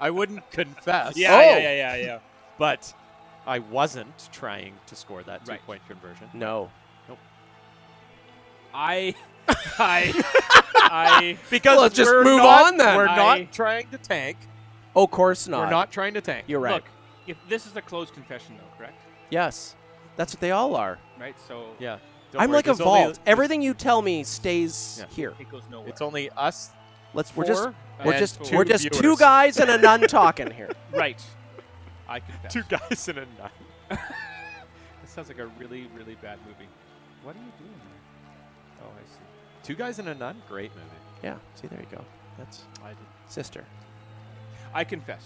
E: I wouldn't confess.
D: Yeah,
B: Oh.
D: yeah, yeah, yeah, yeah.
E: But I wasn't trying to score that
D: Right.
E: two-point conversion.
B: No.
D: I, I, I.
E: Because
B: Well, let's just
E: we're
B: move
E: not-
B: on then.
E: We're
D: I-
E: not trying to tank.
B: Oh, of course not.
E: We're not trying to tank.
B: You're right.
D: Look, if this is a closed confession, though, correct?
B: Yes. That's what they all are.
D: Right. So
E: Yeah.
B: I'm like a vault. Everything you tell me stays
E: Yeah.
B: here.
D: it goes nowhere.
E: It's only us.
B: Let's we're just
E: four
B: we're
E: and
B: just
E: two
B: we're just two
E: viewers.
B: guys and a nun talking here.
D: right. I confess.
E: Two guys and a nun.
D: That sounds like a really, really bad movie. What are you doing there? Oh, I see.
E: Two guys and a nun. Great movie.
B: Yeah. See, there you go. That's
D: I did.
B: sister.
D: I confess.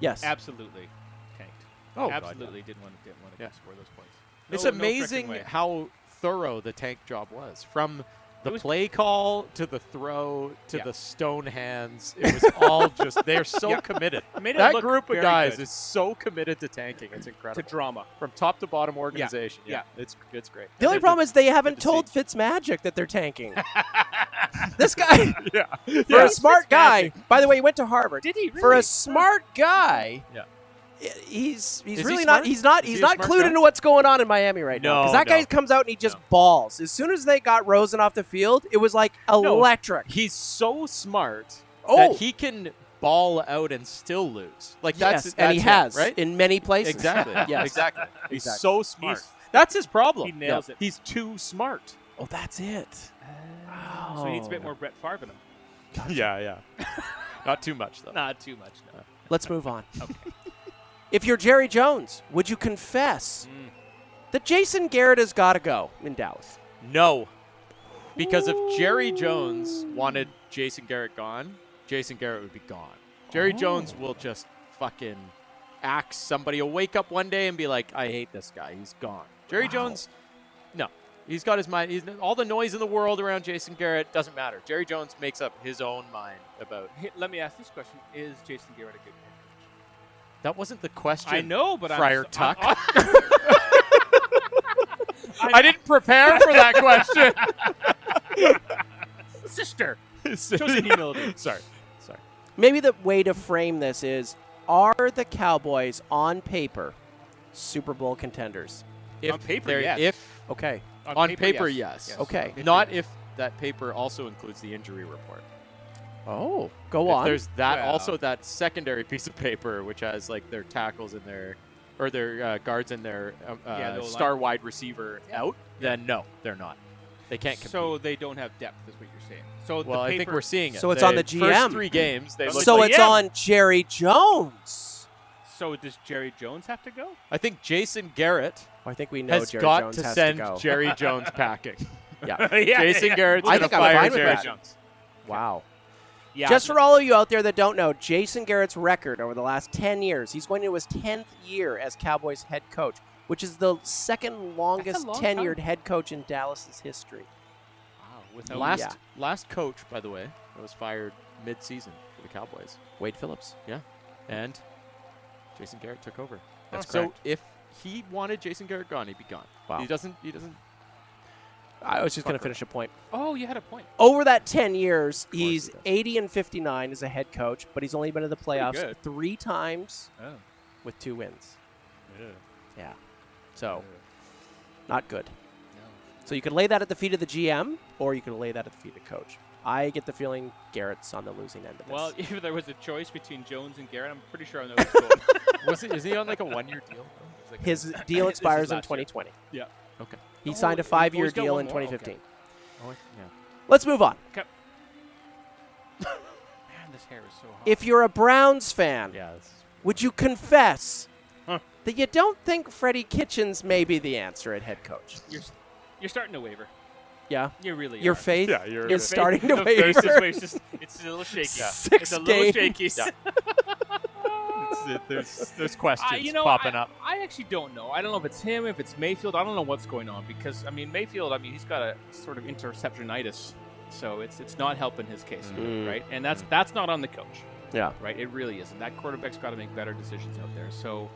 B: Yes.
D: Absolutely tanked.
E: Oh, God,
D: absolutely didn't want to didn't want to
E: Yeah.
D: score those points.
E: It's
D: No- no frickin'
E: amazing
D: way.
E: how thorough the tank job was. From the
D: It was-
E: play call to the throw to
D: Yeah.
E: the stone hands, it was all just they're so
D: Yeah.
E: committed.
D: It made it
E: That
D: look
E: group of
D: very
E: guys
D: good
E: is so committed to tanking. It's incredible.
D: to drama.
E: From top to bottom organization.
D: Yeah.
E: It's it's great.
B: The only problem is they haven't
E: to
B: told
E: see.
B: Fitzmagic that they're tanking. this guy,
E: yeah.
B: for a smart guy, by the way, he went to Harvard.
D: Did he
B: For a
D: really?
B: smart guy,
E: Yeah.
B: i- he's he's
E: Is he
B: really not
E: smart?
B: he's not
E: Is
B: he's
E: he a
B: not
E: smart
B: clued
E: guy?
B: into what's going on in Miami right now.
E: No,
B: that guy
E: no.
B: comes out and he just balls. As soon as they got Rosen off the field, it was like electric.
E: He's so smart
B: Oh,
E: that he can ball out and still lose. Like
B: yes,
E: that's, that's
B: and he
E: it,
B: has
E: right?
B: in many places.
E: Exactly.
B: Yes.
E: Exactly. He's
B: Exactly.
E: so smart.
D: He's-
E: that's his problem.
D: he nails it.
E: He's too smart.
B: Oh, that's it.
D: So he needs a bit
B: Oh.
D: more Brett Favre in him.
E: yeah, yeah. Not too much though.
D: Not too much.
E: Uh.
D: No.
B: Let's move on. Okay. if you're Jerry Jones, would you confess
E: Mm.
B: that Jason Garrett has got to go in Dallas?
E: No. Because if Jerry Jones wanted Jason Garrett gone, Jason Garrett would be gone. Jerry Jones will just fucking axe somebody. He'll wake up one day and be like, I hate this guy. He's gone. Jerry Jones, no. He's got his mind. He's, all the noise in the world around Jason Garrett doesn't matter. Jerry Jones makes up his own mind about.
D: Hey, Let me ask this question: Is Jason Garrett a good head
E: That wasn't the question.
D: coach? I know, but
E: Friar
D: I'm,
E: Tuck.
D: I'm,
E: I didn't prepare for that question.
D: sister. E.
E: Chosen humility. Sorry. Sorry.
B: Maybe the way to frame this is are the Cowboys on paper Super Bowl contenders?
E: If
D: On paper,
E: there-
D: yes.
E: If
B: Okay.
E: on, paper, yes.
B: Okay.
E: Not if that paper also includes the injury report.
B: Oh, go
E: If
B: on.
E: there's that
D: Well.
E: also that secondary piece of paper which has like their tackles and their or their uh, guards and their um, uh,
D: Yeah, the O-line.
E: star wide receiver out, then no, they're not. They can't compete.
D: So they don't have depth, is what you're saying. So
E: well,
D: the paper,
E: I think we're seeing it.
B: So it's
E: They-
B: on the GM.
E: First three games, they looked
B: So
E: like-
B: it's
D: Yeah.
B: on Jerry Jones.
D: So does Jerry Jones have to go?
E: I think Jason Garrett
B: I think we know
E: has
B: Jerry
E: got
B: Jones
E: to
B: has
E: send
B: to go.
E: Jerry Jones packing.
B: yeah.
E: Jason Garrett's
B: I
E: gonna
B: think I'm fine
E: fire
B: with
E: Jerry
B: that.
E: Jones.
B: Wow.
D: Yeah.
B: Just for all of you out there that don't know, Jason Garrett's record over the last 10 years, he's going into his 10th year as Cowboys head coach, which is the second longest
D: long
B: tenured
D: time.
B: head coach in Dallas's history.
E: Wow.
D: without-
E: last
B: Yeah.
E: last coach, by the way, that was fired mid-season for the Cowboys,
B: Wade Phillips.
E: and Jason Garrett took over.
B: That's
E: so
B: correct.
E: if he wanted Jason Garrett gone, he'd be gone.
B: Wow.
E: He doesn't. He doesn't.
B: I was just going
E: Fucker.
B: to finish a point.
D: oh, you had a point.
B: Over that 10 years,
E: he
B: he's
E: does.
B: 80 and 59 as a head coach, but he's only been to the playoffs
D: good.
B: three times
D: Oh.
B: with two wins. Yeah. So, not good.
D: No.
B: So you could lay that at the feet of the GM, or you could lay that at the feet of the coach. I get the feeling Garrett's on the losing end of this.
D: Well, if there was a choice between Jones and Garrett, I'm pretty sure I know who's going.
E: Was it, is he on like a one-year deal? Is like a-
B: His deal
D: This is
B: expires in
D: last year.
B: 2020.
D: Yeah.
E: Okay.
B: He
D: Oh,
B: signed a
D: oh,
B: five-year
D: he's got
B: deal
D: one
B: in
D: more? Okay.
B: 2015.
E: oh, I- yeah.
B: Let's move on.
D: Man, this hair is so hot.
B: If you're a Browns fan,
E: Yeah. that's-
B: would you confess
D: Huh.
B: that you don't think Freddie Kitchens may be the answer at head coach?
D: you're, s- you're starting to waver.
B: Yeah.
D: You really
B: Your
D: are.
B: faith
G: Yeah, you're-
D: Your
B: is starting
D: face-
B: to
D: the face is
B: waver.
D: waves just- it's a little shaky.
B: Six
D: it's a little
B: games.
D: shaky.
E: It's- it- there's there's questions
D: I, you know,
E: popping
D: I,
E: up.
D: I actually don't know. I don't know if it's him, if it's Mayfield. I don't know what's going on because I mean Mayfield. I mean he's got a sort of interceptionitis, so it's it's not helping his case,
B: Mm.
D: right? And that's that's not on the coach,
B: Yeah.
D: right? It really isn't. That quarterback's got to make better decisions out there. So,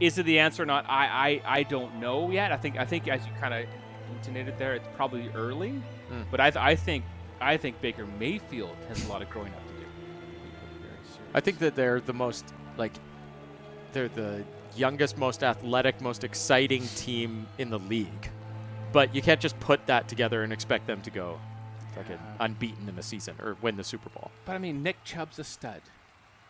D: is it the answer or not? I I, I don't know yet. I think I think as you kind of intonated there, it's probably early,
E: Mm.
D: but I th- I think I think Baker Mayfield has a lot of growing up to do.
E: I think that they're the most like they're the youngest, most athletic, most exciting team in the league. But you can't just put that together and expect them to go fucking unbeaten in the season or win the Super Bowl.
D: But I mean Nick Chubb's a stud.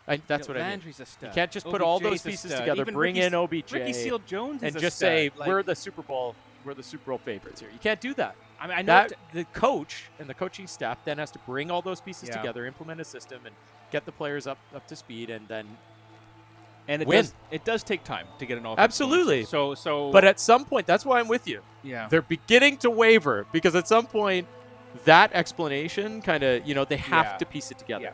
E: I, that's
D: You
E: what
D: know,
E: I mean.
D: Landry's a stud.
E: You can't just put all
D: OBJ's
E: those
D: a
E: pieces
D: stud.
E: together,
D: Even
E: bring
D: Ricky-
E: in OBJ,
D: Ricky Seal Jones is
E: and
D: a
E: just
D: stud.
E: say
D: Like,
E: we're the Super Bowl, we're the Super Bowl favorites here. You can't do that.
D: I mean, I know
E: that
D: t-
E: the coach and the coaching staff then has to bring all those pieces
D: Yeah.
E: together, implement a system, and get the players up up to speed, and then
D: and it
E: win.
D: does it does take time to get an offense.
E: Absolutely.
D: going. So so
E: But at some point, that's why I'm with you.
D: yeah.
E: They're beginning to waver because at some point, that explanation kind of you know they have
D: Yeah.
E: to piece it together.
D: Yeah.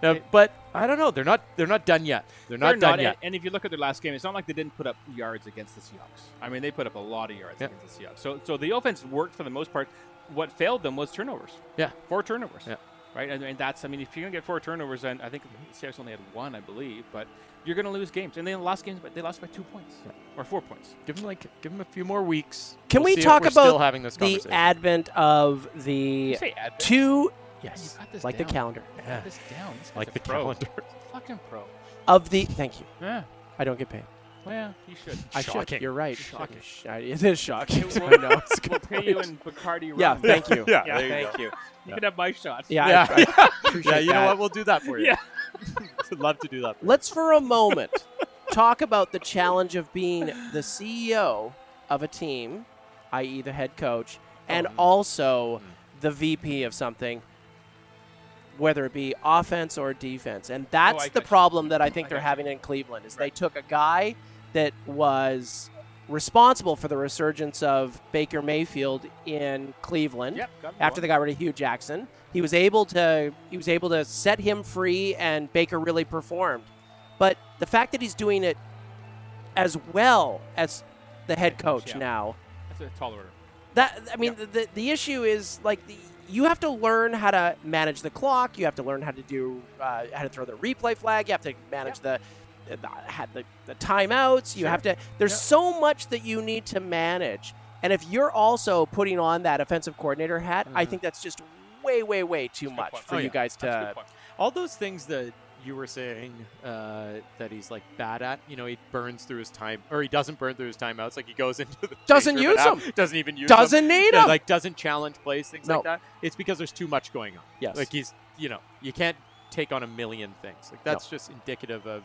E: Now,
D: It-
E: but I don't know. They're not. They're not done yet. They're not
D: They're
E: done
D: not,
E: yet.
D: And if you look at their last game, it's not like they didn't put up yards against the Seahawks. I mean, they put up a lot of yards
E: Yeah.
D: against the Seahawks. So, so the offense worked for the most part. What failed them was turnovers.
E: Yeah.
D: four turnovers.
E: Yeah.
D: Right, and, and that's I mean, if you're gonna get four turnovers, and I think the Seahawks only had one, I believe, but you're gonna lose games, and they lost games, but they lost by two points or four points.
E: Give them like give them a few more weeks.
B: Can
E: We'll
B: we
E: see if
B: talk
E: we're
B: about
E: still having this
B: The
E: conversation?
B: advent of
D: You
B: the
D: say advent.
B: two,
D: You
B: yes,
D: got this
B: like the
D: down.
B: calendar
D: You got
E: Yeah.
D: this down. This guy's
E: like
D: a
E: the
D: pro.
E: calendar.
D: Fucking pro.
B: of the. Thank you.
D: Yeah.
B: I don't get paid.
D: Well, you should.
B: I
E: Shocking.
B: should. You're right.
D: Shocking.
B: Sh- I- It is shocking.
D: It will-
B: I know. It's
D: We'll
B: good
D: pay you in Bacardi rum.
B: Yeah, thank you.
G: Yeah.
D: Yeah,
G: there you
D: thank
G: go.
D: you. You can have my shots.
B: Yeah,
E: Yeah.
B: I, I appreciate
E: yeah, you
B: that.
E: know what? We'll do that for you.
D: Yeah.
E: I'd love to do that. For you.
B: Let's for a moment talk about the challenge of being the CEO of a team, i.e., E, the head
D: Oh,
B: coach, and
D: mm-hmm.
B: also the VP of something, whether it be offense or defense. And that's
D: Oh, I
B: the
D: gotcha.
B: problem that I think
D: I
B: they're
D: gotcha.
B: having in Cleveland is they took a guy that was responsible for the resurgence of Baker Mayfield in Cleveland
D: Yep. got me
B: after
D: one.
B: they got rid of Hugh Jackson. He was able to he was able to set him free and Baker really performed. But the fact that he's doing it as well as the head coach
D: yeah.
B: now,
D: That's a tall order.
B: that I mean the, the issue is like the, you have to learn how to manage the clock. You have to learn how to do uh, how to throw the replay flag. You have to manage the the, had the the timeouts. You
D: Sure.
B: have to. There's
D: Yeah.
B: so much that you need to manage. And if you're also putting on that offensive coordinator hat, I
E: Mhm.
B: think that's just way, way, way too
D: Mm-hmm. That's a good
B: much
D: point.
B: for
D: Oh,
B: you
D: yeah.
B: guys
D: That's a good
B: to.
D: point.
E: All those things that you were saying uh, that he's like bad at, you know, he burns through his time, or he doesn't burn through his timeouts. Like he goes into the
B: Doesn't
E: change room
B: use
E: and out, doesn't even use them,
B: Doesn't need
E: yeah,
B: him.
E: like doesn't challenge plays, things
B: No.
E: like that. It's because there's too much going on.
B: yes.
E: Like he's, you know, you can't take on a million things. Like that's just indicative of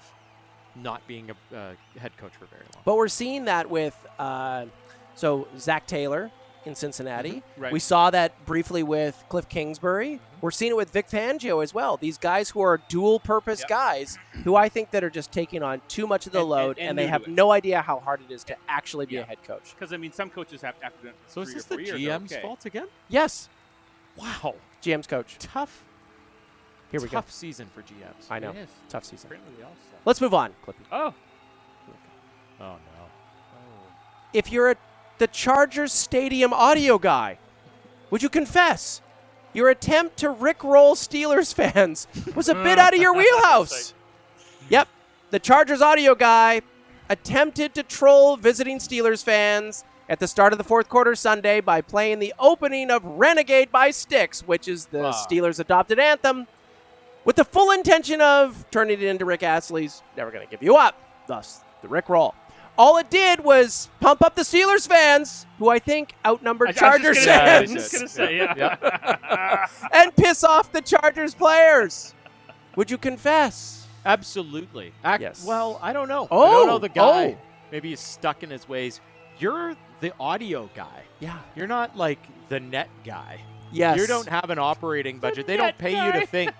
E: not being a uh, head coach for very long.
B: But we're seeing that with uh, so Zach Taylor in Cincinnati.
D: Mm-hmm. Right. Mm-hmm.
B: We saw that briefly with Cliff Kingsbury. We're seeing it with Vic Fangio as well. These guys who are dual purpose
D: Yep.
B: guys who I think that are just taking on too much of the
D: And- and-
B: load and,
D: and
B: they
D: new to
B: have
D: it.
B: no idea how hard it is to actually be a
D: Yeah.
B: head coach.
D: Because I mean, some coaches have after doing it for
E: So
D: three
E: is this
D: or
E: the
D: four
E: GM's
D: years, okay.
E: fault again?
B: Yes.
E: Wow,
B: GM's coach.
E: tough,
B: Here we go.
E: tough season for GMs.
B: I know.
D: It is.
B: Tough season.
D: Apparently they all suck.
B: Let's move on, Clippy.
D: Oh,
E: Oh no.
B: If you're a, the Chargers Stadium audio guy, would you confess your attempt to rickroll Steelers fans was a bit out of your wheelhouse? Yep, the Chargers audio guy attempted to troll visiting Steelers fans at the start of the fourth quarter Sunday by playing the opening of Renegade by Styx, which is the Steelers' adopted anthem, with the full intention of turning it into Rick Astley's Never Gonna Give You Up, thus the rickroll. All it did was pump up the Steelers fans, who I think outnumbered
D: I- I was just
B: Chargers
D: gonna- I was
B: fans
D: just gonna say, yeah.
B: and piss off the Chargers players. Would you confess?
E: Absolutely. Ac-
B: Yes.
E: Well, I don't know. I
B: Oh,
E: don't know the guy.
B: oh.
E: Maybe he's stuck in his ways. You're the audio guy.
B: Yeah.
E: You're not like the net guy.
B: Yes.
E: You don't have an operating budget. They
D: net
E: don't pay you
D: guy.
E: to think.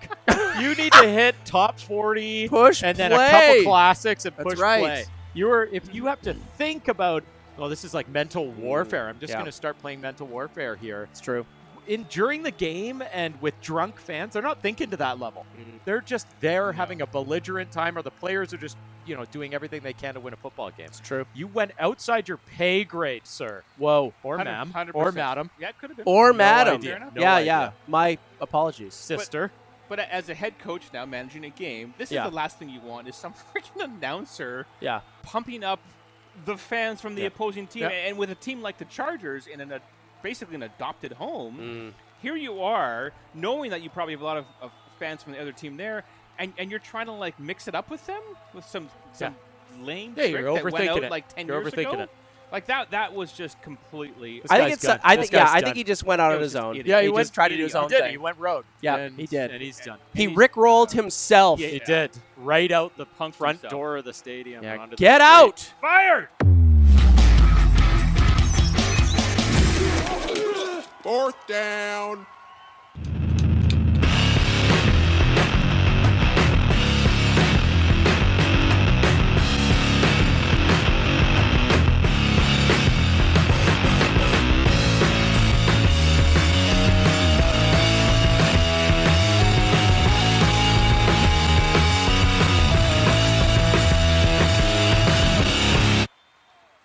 E: you need to hit top 40
B: push
E: and then a
B: play.
E: couple classics and
B: That's
E: push
B: right.
E: play. You're if you have to think about well, this is like mental warfare. I'm just
B: Yeah.
E: going to start playing mental warfare here.
B: It's true.
E: In during the game and with drunk fans, they're not thinking to that level. They're just there having a belligerent time, or the players are just you know doing everything they can to win a football game.
B: It's true.
E: You went outside your pay grade, sir. Whoa, or
D: Hundred-
E: ma'am,
D: hundred
E: or
D: percent.
E: madam,
D: yeah, it could have been.
B: Or
E: No
B: madam.
E: idea.
D: Fair enough.
E: No
B: yeah,
E: idea.
B: yeah. My apologies.
E: sister.
D: But as a head coach now managing a game, this
B: Yeah.
D: is the last thing you want is some freaking announcer
B: Yeah.
D: pumping up the fans from the
B: Yeah.
D: opposing team.
E: Yeah.
D: And with a team like the Chargers in an ad basically an adopted home,
E: Mm.
D: here you are knowing that you probably have a lot of, of fans from the other team there, and, and you're trying to like mix it up with them with some some lame
E: Yeah,
D: trick
E: you're
D: that went
E: overthinking
D: out
E: it.
D: like 10
E: You're
D: years
E: overthinking
D: ago.
E: it.
D: Like that that was just completely
E: This
B: I think
E: guy's
B: it's.
E: done.
B: I
E: This
B: think. Yeah.
E: guy's
B: I
E: done.
B: think he just went out
D: He
B: on
D: was
B: his
D: just
B: own.
D: idiot.
E: Yeah, he,
B: just
E: went,
B: tried to do his
E: he
B: own
E: did.
B: thing.
E: He went rogue.
B: Yeah,
E: and,
B: he did.
E: and he's done.
B: He
D: he's-
B: rickrolled himself.
E: He did right out the
D: Punked
E: front
D: himself.
E: door of the stadium. and
B: Yeah,
E: onto the
B: get
E: street.
B: out!
D: fired.
C: Fourth down.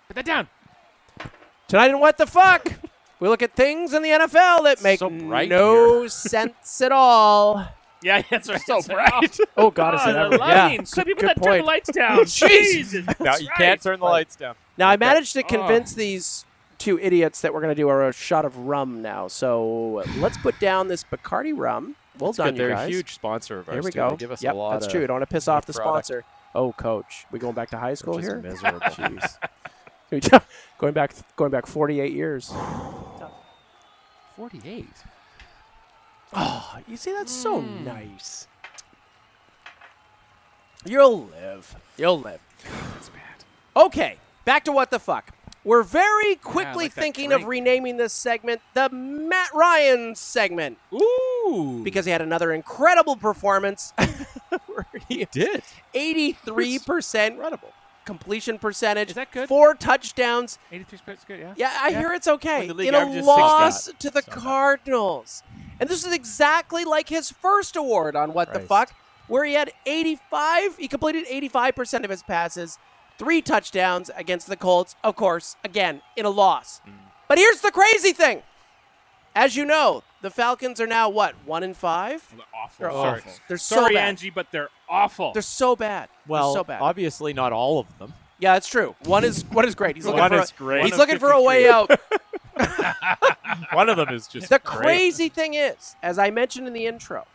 D: Put that down.
B: Tonight in What the Fuck, we look at things in the NFL that make
E: So bright
B: no sense at all.
D: Yeah, that's right.
E: So
D: That's right.
E: bright.
B: Oh God,
E: Ah,
B: is it
D: Oh,
B: ever?
D: the lighting.
B: Yeah.
D: Clippy, put
B: Good
D: that turn the
B: point.
D: lights down. Jesus.
E: No,
D: that's
E: you
D: right.
E: can't turn the lights down.
B: Now I managed
E: Oh.
B: to convince these two idiots that we're going to do our shot of rum now. So let's put down this Bacardi rum. Well done, you
E: They're
B: guys.
E: a huge sponsor of ours.
B: Here we
E: too.
B: go.
E: They give us
B: yep,
E: a lot.
B: that's
E: of,
B: true. Don't want to piss off the
E: product.
B: sponsor. Oh, coach, we going back to high school
E: which is
B: here?
E: miserable. Jeez.
B: Jeez. going back, going back 48 years.
D: 48.
B: Oh, you see, that's so
D: Hmm.
B: nice. You'll live. You'll live.
D: That's bad.
B: Okay, back to what the fuck. We're very quickly
D: like Ah, that
B: thinking of
D: drink.
B: renaming this segment the Matt Ryan segment
D: Ooh.
B: because he had another incredible performance. he
E: Did
B: 83% completion percentage.
D: Is that good?
B: Four touchdowns.
D: 83 splits good, yeah?
B: Yeah, I
D: Yeah.
B: hear it's okay.
D: When the league
B: In a
D: averages
B: loss to the Cardinals. And this is exactly like his first award on What the
E: Christ.
B: Fuck, where he had 85, he completed 85% of his passes, three touchdowns against the Colts, of course, again, in a loss.
D: Mm.
B: But here's the crazy thing. As you know, the Falcons are now what, one in five?
D: They're awful.
B: They're
E: Oh.
D: Sorry.
B: awful. They're so
D: Sorry,
B: bad.
D: Angie, but they're awful.
B: They're so bad. They're
E: well,
B: so bad.
E: obviously not all of them.
B: Yeah, that's true. One is one is great. He's looking
E: One
B: for
E: is
B: a,
E: great.
B: He's
E: One of
B: looking for a way out.
E: One of them is just
B: The crazy thing is, as I mentioned in the intro,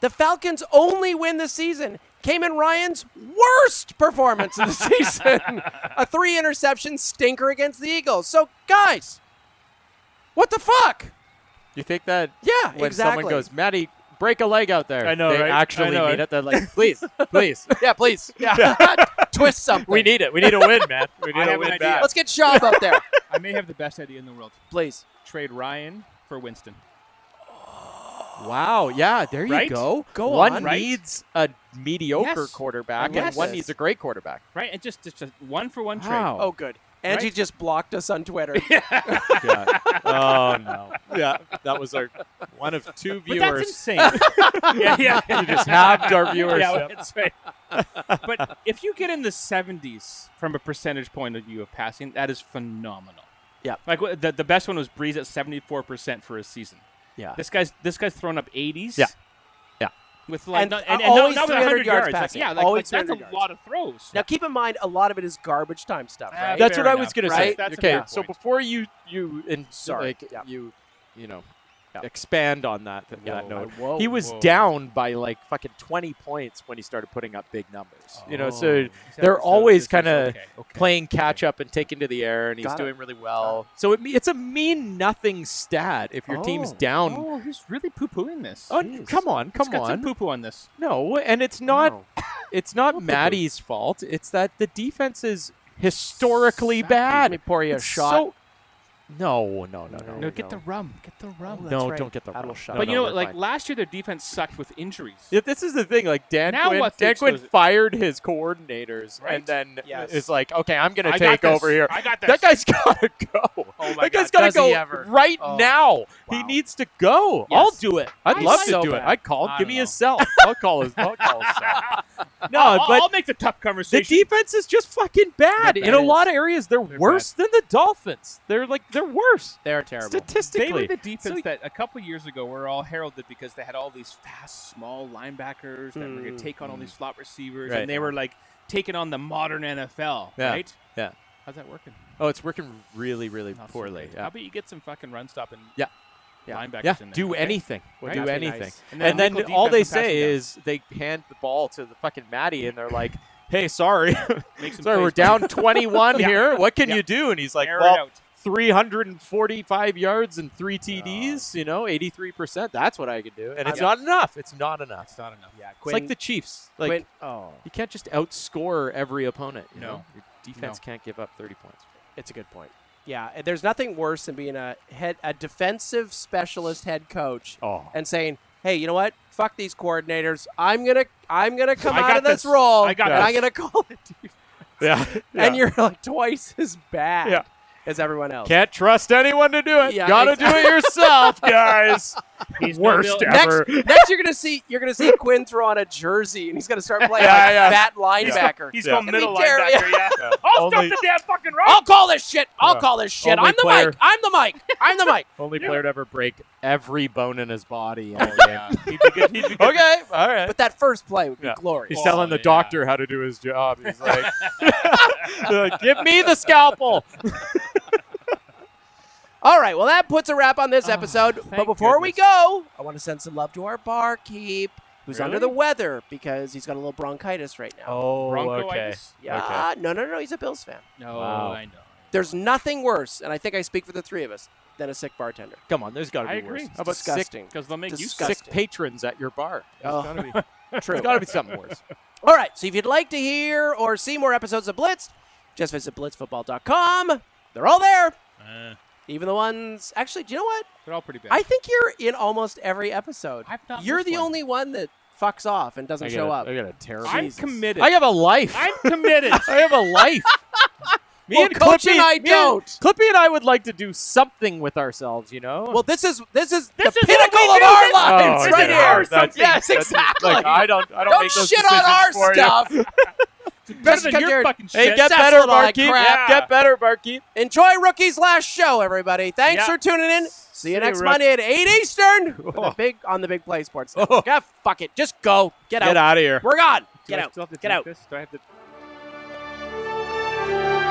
B: the Falcons' only win this season came in Ryan's worst performance of the season a three interception stinker against the Eagles. So, guys, what the fuck?
E: You think that
B: Yeah,
E: when
B: exactly.
E: someone goes, Maddie, break a leg out there.
D: I know,
E: They
D: right? I
E: actually
D: know,
E: mean
D: right?
E: it. They're like, please, please.
B: yeah, please. Yeah. twist something.
E: We need it. We need a win, man. We need
D: I
E: a
D: have an
E: win
D: idea.
E: back.
B: Let's get Shop up there,
D: I may have the best idea in the world.
B: please.
D: Trade Ryan for Winston.
E: Wow. Yeah. There you
D: Right?
E: go.
B: Go
E: one
B: on.
D: Right?
E: needs a mediocre
D: Yes.
E: quarterback,
D: Yes.
E: and one needs a great quarterback.
D: Right? And just just a one for one
E: Wow.
B: Oh, good. Angie
D: Right?
B: just blocked us on Twitter.
E: Yeah. oh no. Yeah. That was our one of two
D: trade. But
E: viewers.
D: that's insane. yeah, yeah.
E: you just halved our viewers.
D: Yeah, that's right. but if you get in the 70s from a percentage point of view of passing, that is phenomenal.
B: Yeah.
D: Like wh- the, the best one was Breeze at 74% for a season.
E: Yeah.
D: This guy's this guy's thrown up 80s.
E: Yeah. Yeah.
D: With like
B: And-
D: not,
B: and
D: and, and not-
B: always
D: not with
B: 300 yards
D: 100 yards. Like,
B: passing.
D: yeah, like,
B: Always
D: like,
B: 300
D: that's
B: yards.
D: a lot of throws.
B: Now, keep in mind, a lot of it is garbage time stuff,
D: Ah,
B: right?
D: that-
E: That's
D: Fair
E: what I
D: enough,
E: was gonna
B: right?
E: say.
D: That's a
E: okay,
D: fair
E: so
D: point.
E: before you you and
B: Sorry,
E: like
B: yeah.
E: you you know
B: Yeah.
E: expand on that th- that
B: Whoa,
E: note,
B: whoa,
E: he was
D: whoa.
E: down by like fucking twenty points when he started putting up big numbers. You know, so
D: Except
E: they're
D: for the-
E: always
D: this is
E: kind of
D: okay, okay.
E: playing catch up and taking to the air, and he's
B: Got it.
E: doing really well. So it, me- it's a mean nothing stat if your team's
B: Oh.
E: down.
D: Oh, he's really poo pooing this.
E: Oh,
B: jeez.
E: come on,
D: He's
E: come
D: got some
E: on.
D: poo poo on this.
E: No, and it's not
B: No.
E: it's not
D: What the-
E: Maddie's fault. It's that the defense is historically
B: Let
E: bad.
B: me pour you a
E: It's
B: shot.
E: so- no, no, no, no.
D: No, get the
B: no.
D: rum. Get the rum.
E: no,
B: Oh, right.
E: don't get the
B: That'll
E: wrong.
B: shut
E: No,
D: but you
E: no,
D: know what?
E: we're
D: Like
E: fine.
D: last year, their defense sucked with injuries.
E: Yeah, this is the thing. Like Dan
D: Now
E: Quinn,
D: what
E: Dan
D: fix
E: Quinn
D: those-
E: fired his coordinators,
D: Right.
E: and then
B: Yes.
E: is like, okay, I'm gonna
D: I got
E: take
D: this.
E: over here.
D: I got this.
E: That guy's gotta go.
B: Oh my
E: that guy's
B: God,
E: gotta
B: does he
E: go
B: ever.
E: right
B: Oh,
E: now. He
B: wow.
E: needs to go.
D: Yes.
E: I'll do it. I'd
B: I
E: love
B: like-
E: to
B: so
E: do it.
B: bad.
E: I'd call.
D: I
E: Give
D: don't
E: me
D: know.
E: his cell. I'll call his. I'll call his cell. No,
D: I'll, I'll-
E: but
D: I'll make the tough
E: the
D: conversation.
E: defense is just fucking bad.
D: Yeah,
E: In
D: that
E: a
D: is.
E: lot of areas, they're,
D: They're
E: worse than the Dolphins. They're like they're worse
B: They're terrible.
E: statistically.
D: They were the defense
E: So-
D: that a couple years ago were all heralded because they had all these fast, small linebackers that were going
B: Mm.
D: to take on all these slot receivers,
E: Hmm. Right.
D: and they were like taking on the modern NFL,
E: Yeah.
D: right?
E: Yeah.
D: How's that working?
E: Oh, it's working really, really
D: Not so
E: poorly.
D: great.
E: Yeah.
D: How about you get some fucking run stopping
E: Yeah. Yeah.
D: linebackers
E: Yeah,
D: in there?
E: do
D: okay?
E: anything.
D: Right?
E: Do
D: That'd
B: be
E: anything.
B: nice.
E: And
D: And
E: then,
D: then nickel
E: all they
D: defense and
E: say
D: passing
E: is they hand the ball to the fucking Maddie and they're like, hey, sorry.
D: Make some
E: sorry, we're
D: plays.
E: down 21
D: Yeah.
E: here. What can
D: Yeah.
E: you do? And he's like,
D: Air it
E: well,
D: out.
E: 345 yards and three TDs, you know, 83%. That's what I could do. And it's
B: Yeah.
E: not enough. It's not enough. It's,
D: Uh, not enough.
B: Yeah,
E: like the Chiefs. Like,
B: Quinn- oh,
E: you can't just outscore every opponent. You
D: No.
E: Know? Your defense can't give up 30 points.
B: it's a good point. Yeah, and there's nothing worse than being a head a defensive specialist head coach
E: Oh.
B: and saying, "Hey, you know what? Fuck these coordinators. I'm gonna I'm gonna come
D: I
B: out
D: got
B: of this,
D: this.
B: role.
D: I got
B: and
D: this."
B: I'm gonna call it."
E: Yeah.
B: And you're like twice as bad
E: Yeah.
B: as everyone else.
E: Can't trust anyone to do it.
B: Yeah,
E: Gotta do it yourself, guys.
D: He's no
E: Worst
D: real-
E: ever.
B: next, next you're gonna see you're gonna see Quinn throw on a jersey and he's gonna start playing
E: Yeah,
B: like
E: yeah.
B: that linebacker.
D: He's
E: Yeah.
D: going
B: It'll be
D: middle
B: terrible.
D: linebacker, yeah. I'll
E: Only-
D: stop the damn fucking run.
B: I'll call this shit. I'll
E: Yeah.
B: call this shit.
E: Only
B: I'm the
E: player-
B: mic. I'm the mic. I'm the mic.
E: Only player to ever break every bone in his body.
D: Oh, He'd be good. He'd be good.
E: okay, all right.
B: But that first play would be
E: Yeah.
B: glorious.
E: He's
D: Oh,
E: telling the
D: yeah.
E: doctor how to do his job. He's like, They're like, give me the scalpel.
B: All right, well, that puts a wrap on this
D: Ah,
B: episode. but
D: thank
B: before we
D: goodness.
B: go, I want to send some love to our barkeep, who's under the
D: Really?
B: weather because he's got a little bronchitis right now.
E: Oh,
D: Bronchitis.
B: yeah. No, no, no, he's a Bills fan.
D: No,
E: Wow.
D: I know.
B: There's nothing worse, and I think I speak for the three of us, than a sick bartender.
E: Come on, there's got to be
D: I agree.
E: worse.
D: It's
E: How about sick,
B: Disgusting.
D: Because they'll make you
B: Disgust-
D: sick.
E: sick
B: disgusting.
E: patrons at your bar? There's
B: Oh.
E: gotta be,
B: True.
E: there's got to be something worse.
B: All right, so if you'd like to hear or see more episodes of Blitz, just visit blitzfootball.com. They're all there,
D: Uh,
B: even the ones. Actually, do you know what?
D: they're all pretty bad.
B: I think you're in almost every episode.
D: I've not
B: You're
D: missed
B: the
D: one.
B: only one that fucks off and doesn't show up.
E: I got a terrible.
D: I'm
B: Jesus.
D: committed.
E: I have a life.
D: I'm committed.
E: I have a life. Me
B: Well,
E: and
B: Coach
E: Clippy,
B: and I
E: me
B: don't.
E: Clippy and I would like to do something with ourselves, you know.
B: Well, this is this is
D: This
B: the
D: is
B: pinnacle of
D: what we do.
B: our
D: This-
E: Oh,
B: lives,
E: okay.
B: right
E: Yeah,
B: here.
E: that's-
B: yes,
E: that's-
B: exactly.
E: like, I don't, I don't,
B: Don't
E: make those
B: shit on
E: decisions
B: our
E: for you.
B: stuff.
D: better
B: Just
D: than
B: come
D: your
B: here.
D: fucking
E: Hey,
D: shit.
E: get
B: That's
E: better,
B: what I like,
E: barkeep.
B: crap.
E: Get better, barkeep.
B: Enjoy Rookie's last show, everybody. Thanks
D: Yeah.
B: for tuning in. See you
D: See
B: next
D: you,
B: Monday at eight Eastern. with
E: Oh.
B: a big on the Big Play Sports.
E: Oh.
B: Network. Yeah, fuck it. Just go. Get, out.
E: of here.
B: We're gone.
D: Do
B: Get
D: I
B: out.
D: still have to
B: Get
D: drink
B: out.
D: This? Do I have to?